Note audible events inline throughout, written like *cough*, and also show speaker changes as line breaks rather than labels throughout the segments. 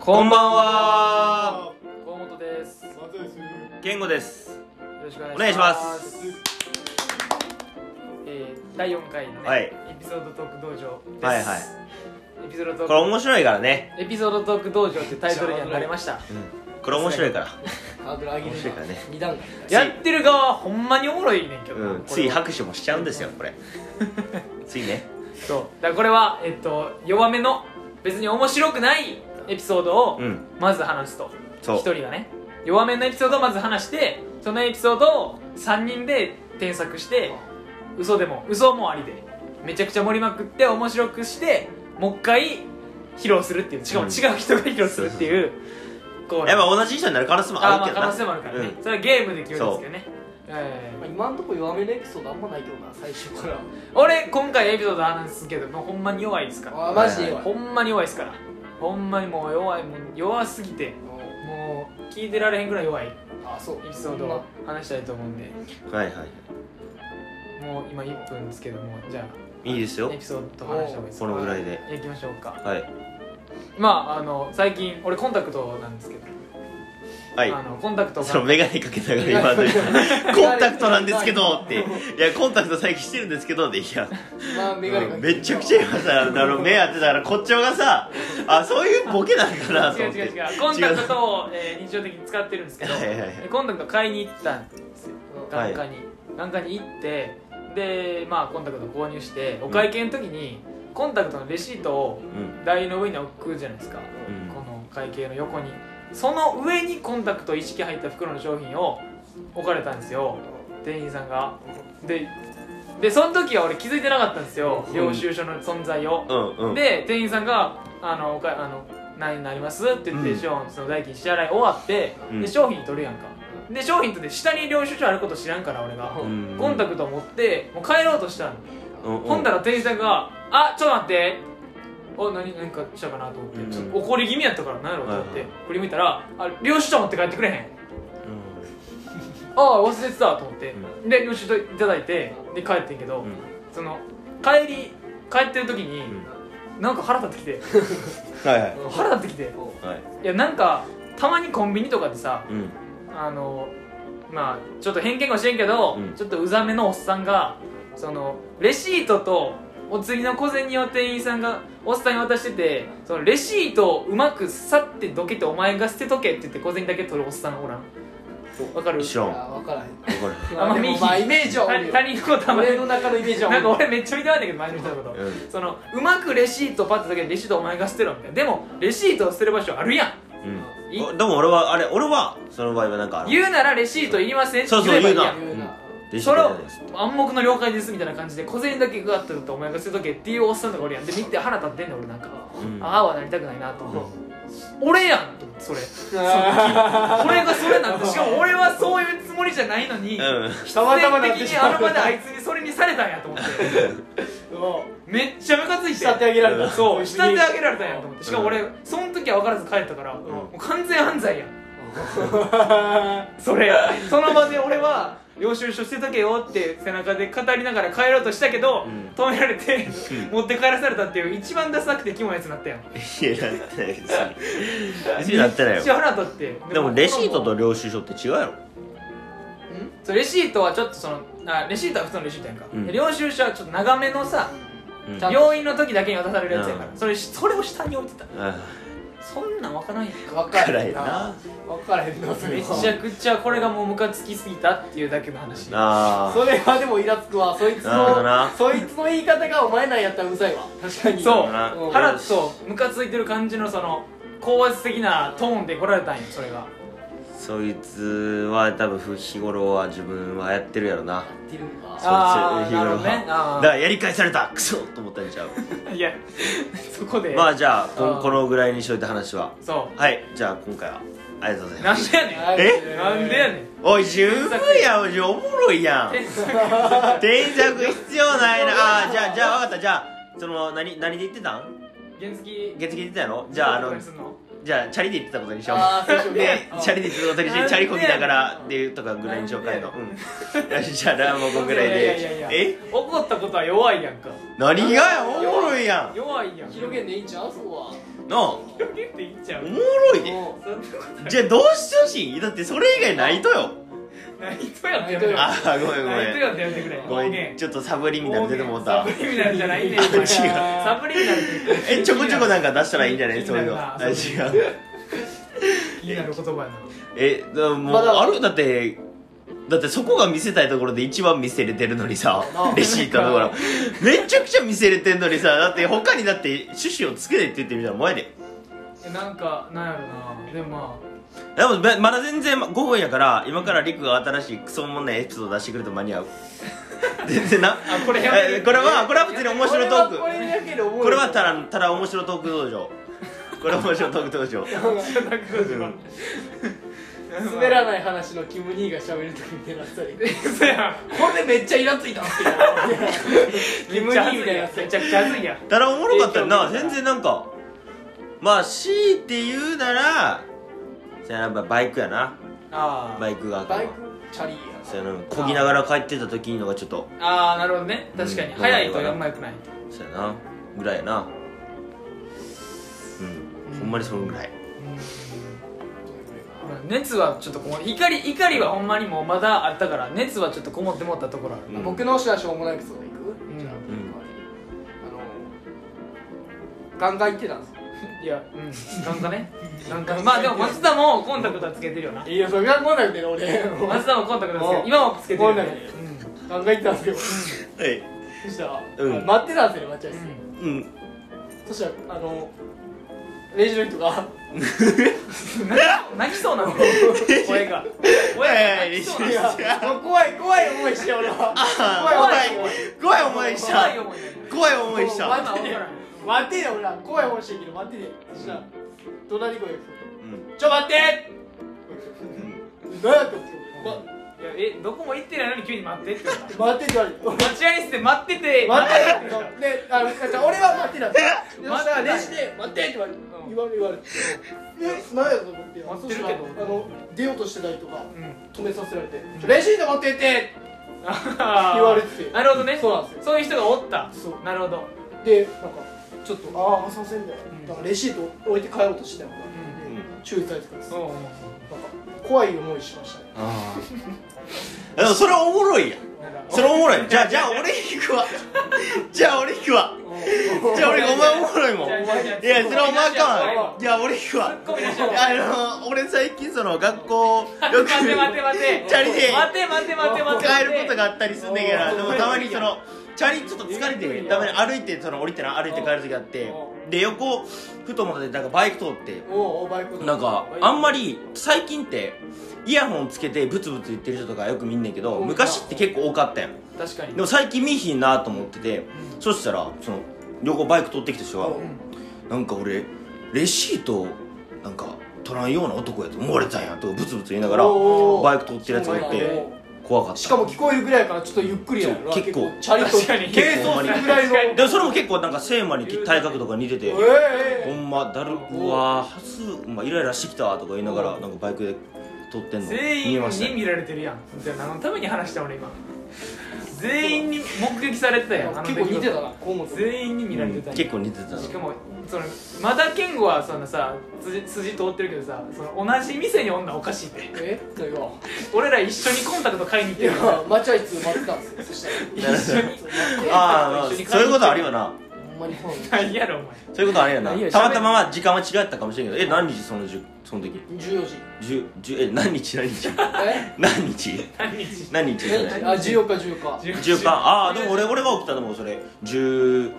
こんばん
あ
は
河本です。よ
またです
健吾です
ろしくお
お
願
願
い
い
し
し
ま。
ますす
えー第4回の、ね
はい
エピソードトーク道場です。
はいはい
エピソードトーク
これ面白いからね
エピソードトーク道場ってタイトルにはなれました。
うんこれ面白いから
ハードル上げる
面白いからね
二段
つい
やってる側はほんまにおもろいねんけどな、
うん
こ
つ
れ
い
は
拍手もしちゃうんですよこれついね
そうだからこれはえっと弱めの別に面白くないエピソードを
うん
まず話すと
そう
一人がね弱めのエピソードをまず話してそのエピソードを3人で添削して嘘でも嘘もありでめちゃくちゃ盛りまくって面白くしてもう一回披露するっていうしかも
うん
違う人が披露するっていう、こう
やっぱ同じ人になる可能性も
あ
あ
ま
る
あ
けど
可能性
な
もあるからね、
うん
それはゲームで決めるんですけどねえ
まあ今んとこ弱めのエピソードあんまないけどな最初から
ー俺今回エピソード話すけどもうほんまに弱いですから
あーマジで弱い
ほんまに弱いですからほんまにもう弱いもう弱すぎてもう聞いてられへんぐらい弱いエ
あそう
ピソードを話したいと思うんで
はいはいは
もう今1分ですけどもじゃ
いいいです
あ
よ
エピソードと話した方がいいです
こ
か
のぐらいで
行きましょうか
はい
まああの最近俺コンタクトなんですけど、
はい
あのコンタクトが
そのメガネかけながら今のコンタクトなんですけどっていやコンタクト最近してるんですけどでいや
まあメガネかけて
めちゃくちゃ今さあの目当てたからこっち側がさあそういうボケなんかなと
違う
思って
違う違うコンタクトを、えー日常的に使ってるんですけど
はいはいはい
コンタクト買いに行ったんですよ
はい
眼科に、眼科に行ってでまあコンタクト購入してお会計の時に、コンタクトのレシートを
うん
台の上に置くじゃないですか、
うん
この会計の横にその上にコンタクト一式入った袋の商品を置かれたんですよ店員さんがででその時は俺気づいてなかったんですよ
うん
領収書の存在を、
うんうん
で店員さんが「あのおかあの何になります?」って言って、
うん
商品その代金支払い終わって、
うん
で商品取るやんかで商品取って下に領収書あること知らんから俺が、
うん
コンタクト持ってもう帰ろうとしたの、
うんうん
ほんだら店員さんが「あちょっと待って」お何何かしたかなと思って、
うん
ちょっと怒り気味やったから何やろうと思って、
はいは
振り向いたら「あ領収書持って帰ってくれへん」「
う
ああ忘れてた」と思って、
う
で領収書いただいてで帰ってんけど、
んうん
その帰り帰ってる時に、
うん
なんか腹立ってきて
はいはい
腹立ってきて
はい
いやなんかたまにコンビニとかでさ
うん
あのまあちょっと偏見かもしれんけど、
うん
ちょっとうざめのおっさんがそのレシートとお釣りの小銭を店員さんがおっさんに渡しててそのレシートをうまくさってどけてお前が捨てとけって言って小銭だけ取るおっさんおらんわかる
知らん
あ分からへん
怒る
あんま
でもまあイメージは
他
俺よ
他人のことあんま
俺
り
の中のイメージは
なんか
俺
俺めっちゃ見てないんだけど前の人のこと
うん
そのうまくレシートパッてだけレシートお前が捨てろみたいなでもレシートを捨てる場所あるやん
うん
い
おでも俺はあれ俺はその場合はなんかあの
言うならレシートいりませんって
そうそ
言
う
えばいいやん
言
言うな
レシ
そ
ート
れ
じゃ
を
ないです
暗黙の了解ですみたいな感じで小銭だけグワッと取ってお前が捨てとけっていうおっさんとかおるやんで見て腹立ってんねん俺なんか、
うん
ああはなりたくないなと思う、俺やんと思ってそれ
あ
俺がそれなんてしかも俺はそういうつもりじゃないのに、
うん
必
たまたまな
然
っ
的
てし
に
まう
あの場であいつにそれにされたんやと思って
*laughs*
ーも
めっちゃムカついうて
仕立て上げられた
そう仕立て上げられたんやと思ってしかも俺、
う
その時は分からず帰ったから、
ん
もう完全犯
*laughs*
罪やんそれその場で俺は領収書してとけよって背中で語りながら帰ろうとしたけど、
うん
止められて
うん
持って帰らされたっていう一番ダサくてキモいやつになったよ
いやなってない別に別になってない
一応
よ
腹立って
でもレシート
そ
と
の
領収書って違うやろ
そうレシートはちょっとそのあレシートは普通のレシートやんか、
うん
で領収書はちょっと長めのさ
うん
ちゃんと
病院の時だけに渡されるやつやから、
うん
それそれを下に置いてた
あ
そんなん分からんやん
分
あ
から
暗
へん
いな
な分からへんなそれ
めち
は
ゃくちゃこれがもうムカつきすぎたっていうだけの話確か
あ
それはでもイラつくわそいつ
なるほど
の
な
そいつの言い方がお前なんやったらうざいわ確かに
そう
な
腹
よし
そうムカついてる感じのその高圧的なトーンで来られたんよそれが
そいつは多分日頃は自分はやってるやろな
言ってるんか
あー
そいつ日頃
なる
は
ほどねあー
だからやり返されたクソと思ったんちゃう
いやそこで、
まあじゃあ
あ
こ
ー
このぐらいにしといた話は
そ
はいじゃあ今回はありがとうござ
う
い
な
ま
ん
す
でやねん
え
なんでやねん
おい十分やおいおもろいやん
添削 *laughs*
添削必要ないなあーじゃあじゃあ分かったじゃあその何何で言ってたん
原付
月金で言ってたやろじゃああのじゃあチャリで言ってたことにしよう
あーそうしよう
で
う
*laughs*
ん
チャリで言ってたことにし
なん
て
で
チャリこぎながらでとかぐらいに紹介のうんよしじゃあラーもこんぐらい
いやいやい
で
やいや
え
怒ったことは弱いやんか
何がやおもろいやん
弱いやん
広げんでいいんちゃうそこは
なあお
広げていいんちゃう
もろいで
も
そんなこと
じゃあどうしてほしいだってそれ以外ないとよ
ないとやってやめてくれ
ああごめんご
ないと
めん
やってやめてくれ
ごめんちょっとサブリミナル出てもう
サ
た
ブリミナルじゃないねん
あ違う
サブリミナルって言って
えちょこちょこなんか出したらいいんじゃないそういうの
な
あ
んか
違う
気になる言葉やな
えだからもう、
まだ
あるだってだってそこが見せたいところで一番見せれてるのにさ
なあ
レシートのところめちゃくちゃ見せれてんのにさだって他にだって趣旨をつけてって言ってみたら前で
えなんかなんやろなでもま
でもままだ全然5分やから今からリクが新しいクソもんないエピソード出してくれると間に合う全然な
ああこれやめ
え
る
これはこれは別に面白トー
こ
ク
れはこれだけで思う
これはただただ面白トーク道場これは面白トーク道場
滑らない話のキム兄が喋るときみたいなったり
嘘やん
これめっちゃイラついたん
*laughs*
すけど
め
キ
っ
ム
ちゃ恥
兄み
ずい
たいな
や
や
ん
つ
めちゃくちゃ恥ずいやん
ただおもろかったよな
影響を受けた
全然なんかまあ強いて言うならそやっぱバイクやな
あ
バイクが
バイクチャリや
そやなこぎながら帰ってた時のがちょっと
ああなるほどね確かに
うん
早いとあんまよくない
そやなぐらいやなうんほんまにそのぐらい
まあ熱はちょっとこも怒り怒りはほんまにもうまだあったから熱はちょっとこもってもったところある
う
な、
ん
僕のしはしょうもないくそでいく、
ん
じゃあ僕
うん
はあのガンガン行ってたんですよ
いやうんなんかねなんかまあでも松田もコンタクトはつけてるよない
やそれがこうなるけど俺
松田もコンタクトはつけて
お
る今もつけてるよね
こうなるガンガン行ったんですよ
はい
そしたら、
うん
待ってたんですよ待ち合わせ、
うん
そしたらあのレジの人が
うん泣き泣きそう *laughs* なの声が
はいはい
泣きそうなの
いやもう怖い怖い思いして俺は
あー
怖い
怖い思いし
怖い
た
思いになる
怖い思いした
怖い
今わからん
待ってね俺は怖い思いしてるけど待ってねそしたら怒鳴り声が聞こ
うん
えてちょ待って何やったんですよ
いやえどこも行ってないのに急に待ってって言った
待ってって言われて
待合室で待ってて
待ってであのじゃあ俺は待ってたんですよでそ
待
し
ってた
たらレジで「待って」って言われて
うん
言われ言われてえ何やと思って
待ってるけど
そしたらあの出ようとしてたりとか
うん
止めさせられて「ちょレジで待ってって!」
言
言われてて
なるほどね
そうなんですよ
そういう人がおった
そう
なるほど
でなんかちょっと「ああすいません」みたいなだからレシート置いて帰ろうとしてたのが
うん
注意されてたんです
そ
よ
う
なんか怖い思いしましたね
ああでもそれおもろいやんそれおもろいじゃあじゃあ俺引くわ *laughs* じゃあ俺引くわじゃあ俺お前おもろいもん
じゃあじゃあ
いやそれお前あか
お
んいや俺引くわ
ツッコミなしよ
あの俺最近その学校よく
待て待て待て
チャリで
待て待て待て待て
帰ることがあったりすんねんけ
お
ど
ー
でもたまにそのチャリちょっと疲れてたまに歩いてその降りてな歩いて帰る時あって
お
で横ふと思ってなんかバイク通って
もうバイク
なんかあんまり最近ってイヤホンつけてブツブツ言ってる人とかよく見んねんけど
うん
昔って結構多かったやん
確かに
でも最近見ひんなと思っててそしたらその横バイク通ってきた人が
うん
なんか俺レシートなんか取らんような男やと思われたんやとかブツブツ言いながら
おー
バイク通ってるやつがいて怖かった
しかも聞こえるぐらいからちょっとゆっくりやな
そう結構
チャリと
確かに
並走するぐらいの
確かに
でもそれも結構なんか聖魔に体格とか似てて
え
ほ
え
んまだるうわはずまあイライラしてきたとか言いながらなんかバイクで撮ってんの
全
見え
員
ました
に
よ
見られてるやんみたいな何のために話した俺今全員に目撃されてたやんあの
結構似てた
出来
な河本
事全員に見られてたやん
結構似てたの
しかもそのまだ健吾はそのさ筋筋通ってるけどさその同じ店に女おかしいって
えだよ
俺ら一緒にコンタクト買いに行っ
い
てる
や待合室待ってたんですよそした
*laughs*
ら
一緒に
ああ
一緒に
そういうことあるよな
ほんまにそうなんです
何やろお前
そういうことあるよ
いいよ
な
喋
た
っ
またまま時間は違ったかもしれんけどえ何日その時その時
14時
十十え何日何日 *laughs*
え
何日
何日
何日それ
あ14日14日
十間ああでも俺俺が起きたのもそれ十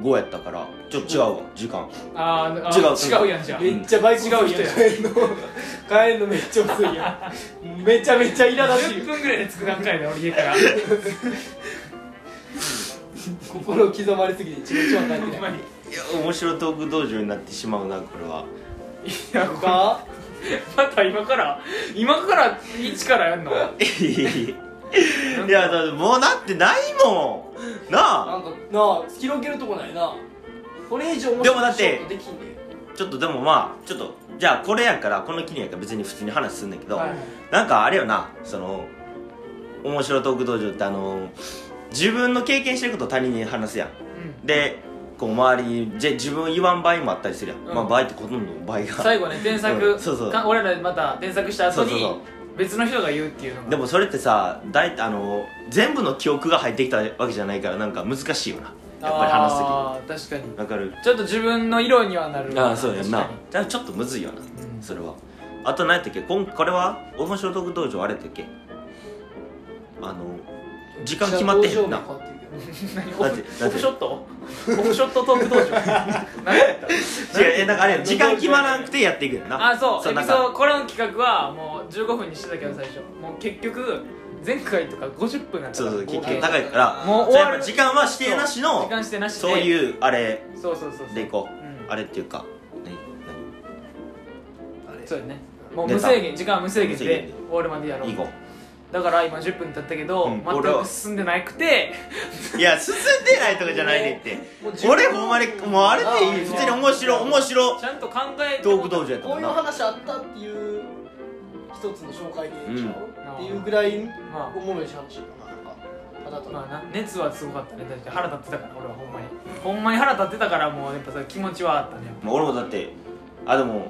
五やったからちょっと違うわ時間
あーあ
違
ー
う
違うやんじゃあ
めっちゃバイク違
*laughs*
う人や帰るの帰るのめっちゃ遅いやんめちゃめちゃ苛立ち
10分ぐらいで着く段階で俺家
*laughs*
から
心を刻まれすぎて一日は帰って
ほんま
ない
にい
いや面白トーク道場になってしまうなこれ
*laughs*
は
や
と
これ
か
また今から今から一からやんの
いやだってもうなってないもんな
な
あ
んかなあ広げるとこないなこれ以上面白い
でもだって
ことできんね
ちょっとでもまあちょっとじゃあこれやからこの機にやから別に普通に話すんだけど、
はい
なんかあれよなその面白トーク道場ってあの自分の経験してることを他人に話すやん
うん
で構周りにじゃ自分言わん場合もあったりするやん、
うん
まあ場合ってほとんどの場合が
最後ね添削、
うんそうそう
か俺らでまた添削した後に
そうそうそ
別の人が言うっていうのが
でもそれってさ大体あの全部の記憶が入ってきたわけじゃないからなんか難しいよなやっぱり話すときに
あー確かに
わかる
ちょっと自分の色にはなる
ああそうやんな
確か
じゃあちょっとむずいよな
にうん
それはあと何やったっけこんこれはオフ所得道場あれやったっけあの時間決まってへんな
道場名変わってるけど
何オ
だって
フ
だ
オ
って
フショットオフショットトーク道場何
*laughs*
やった
違うえなんかあれやん時間決まらんくてやっていくやんな
あそうエ
な
ピ
ん
ソー
か
ドこれの企画はもう15分にしてたけど最初もう結局前回とか50分なんだ
そうそう結
合計
局高いから
もう
そう
終
や
わ
っ
る
ぱ時間は指定なし
時
の
間してなしで
そう
う
いうあれ
そうそうそうそう
でいこう
うん
あれっていうかね
そうやねもう無制限時間は無制限
無制限
で
で
終わるまでやろう
何いいこ
だから今10分経ったけど、
うん
全
俺は
く進んでなくて
ういや進んでないとかじゃないねんって
もう自分
俺ほんまにもうあれでいい
あ
普通に面白面白
ちゃんと考えて
トーク道場やった
こ
も
うんいう
な
話あったっていう一つの紹介でいいんちゃう
うん
っていうぐらい
ま
おもろい話だななんかあな
あ
た
まあな熱はすごかったね確かに腹立ってたから俺はほんまにほんまに腹立ってたからもうやっぱさ気持ちはあったね
まあ俺もだってあでも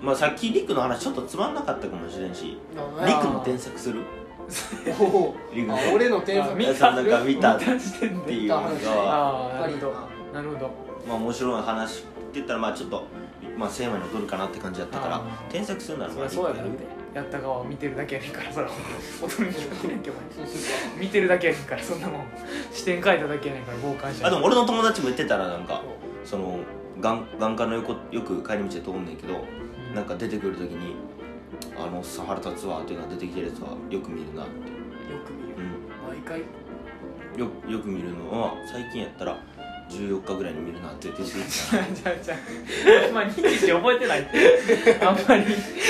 まあさっきリクの話ちょっとつまんなかったかもしれんし
の
リクの添削する
お
リク
ー
の
あ
添
俺の添削
見
削
た
さんが見たっ
見
て
た時点で
いうの
見た
が
ああ
やっ
な
ぱ
る
り
ほ
な
どなるほど
まあ面白い話って言ったらまあちょっとまあ1000円に劣るかなって感じだったから
あー
添削するなら
そり
まあ
ゃ
リ
そうや
ク
なっ
やる
てやった側を見てるだけやねんからそ *laughs* ら大人に決まってるやんけお前
そうする
見てるだけやねんからそんなもん視点変えただけやねんから傍観者
あでも俺の友達も言ってたらなん
か
かその眼眼科の横よく帰り道で通んねんけど
うん
なんか出てくる時に「あのおっさん腹立つわ」っていうのが出てきてるやつはよく見るなって、
よく見る
う
毎回
ん、よよく見るのは最近やったら14日ぐらいに見るなって言ってて
*laughs* じゃあ *laughs* じゃあじゃああんまり日時覚えてないってあんまり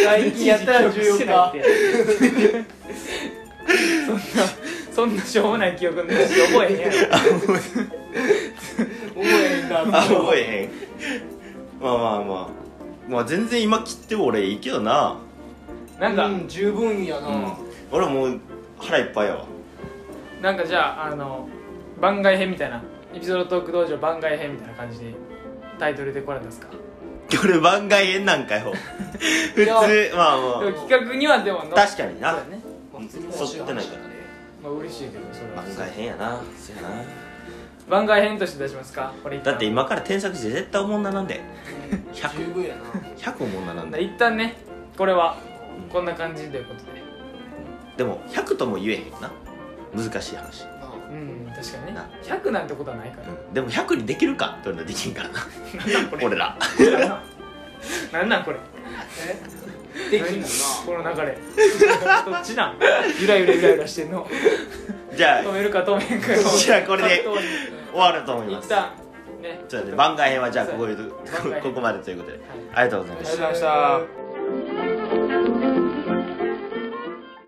最近やったら
*laughs* 日時記憶してないっ
14
てそんなそんなしょうもない記憶の日時覚えへんやろ
覚えんだ
あ覚えへんまあまあまあまあ全然今切っても俺いいけどな
なんか、
うん十分やな、
うん俺もう腹いっぱいやわ
なんかじゃああの番外編みたいなエピソードトーク道場番外編みたいな感じでタイトルでこれですか
*laughs* 俺番外編なんかよ普通まあ
で
ま
も企画にはでもの
あ確かにな
そうだね
まあ普通に面白い話だね
まあ嬉しいけどそれは
番外編やなそうやな
番外編として出しますかこれ一旦
だって今から添削して絶対おもんななんで
十
100
分やな
100おもんななんで
一旦ねこれは
うん
こんな感じということで
でも100とも言えへんな難しい話、
な
うん確かにね
な
100なんてことはないから
うん、でも100にできるかって俺らできんからな
なんこれ
俺ら
なんなんこれ
えできんの
この流れ *laughs* どっちなんゆらゆらゆらゆらしてんの
じゃ
*laughs*
あ
止めるか止めんかよ
じゃあこれで
格闘
終わると思
技
いま
一
す
旦ね
そうだね番外編はじゃあここ
はい
ここまでということで
あり
ありがとうございま
が
し
と
た
うございました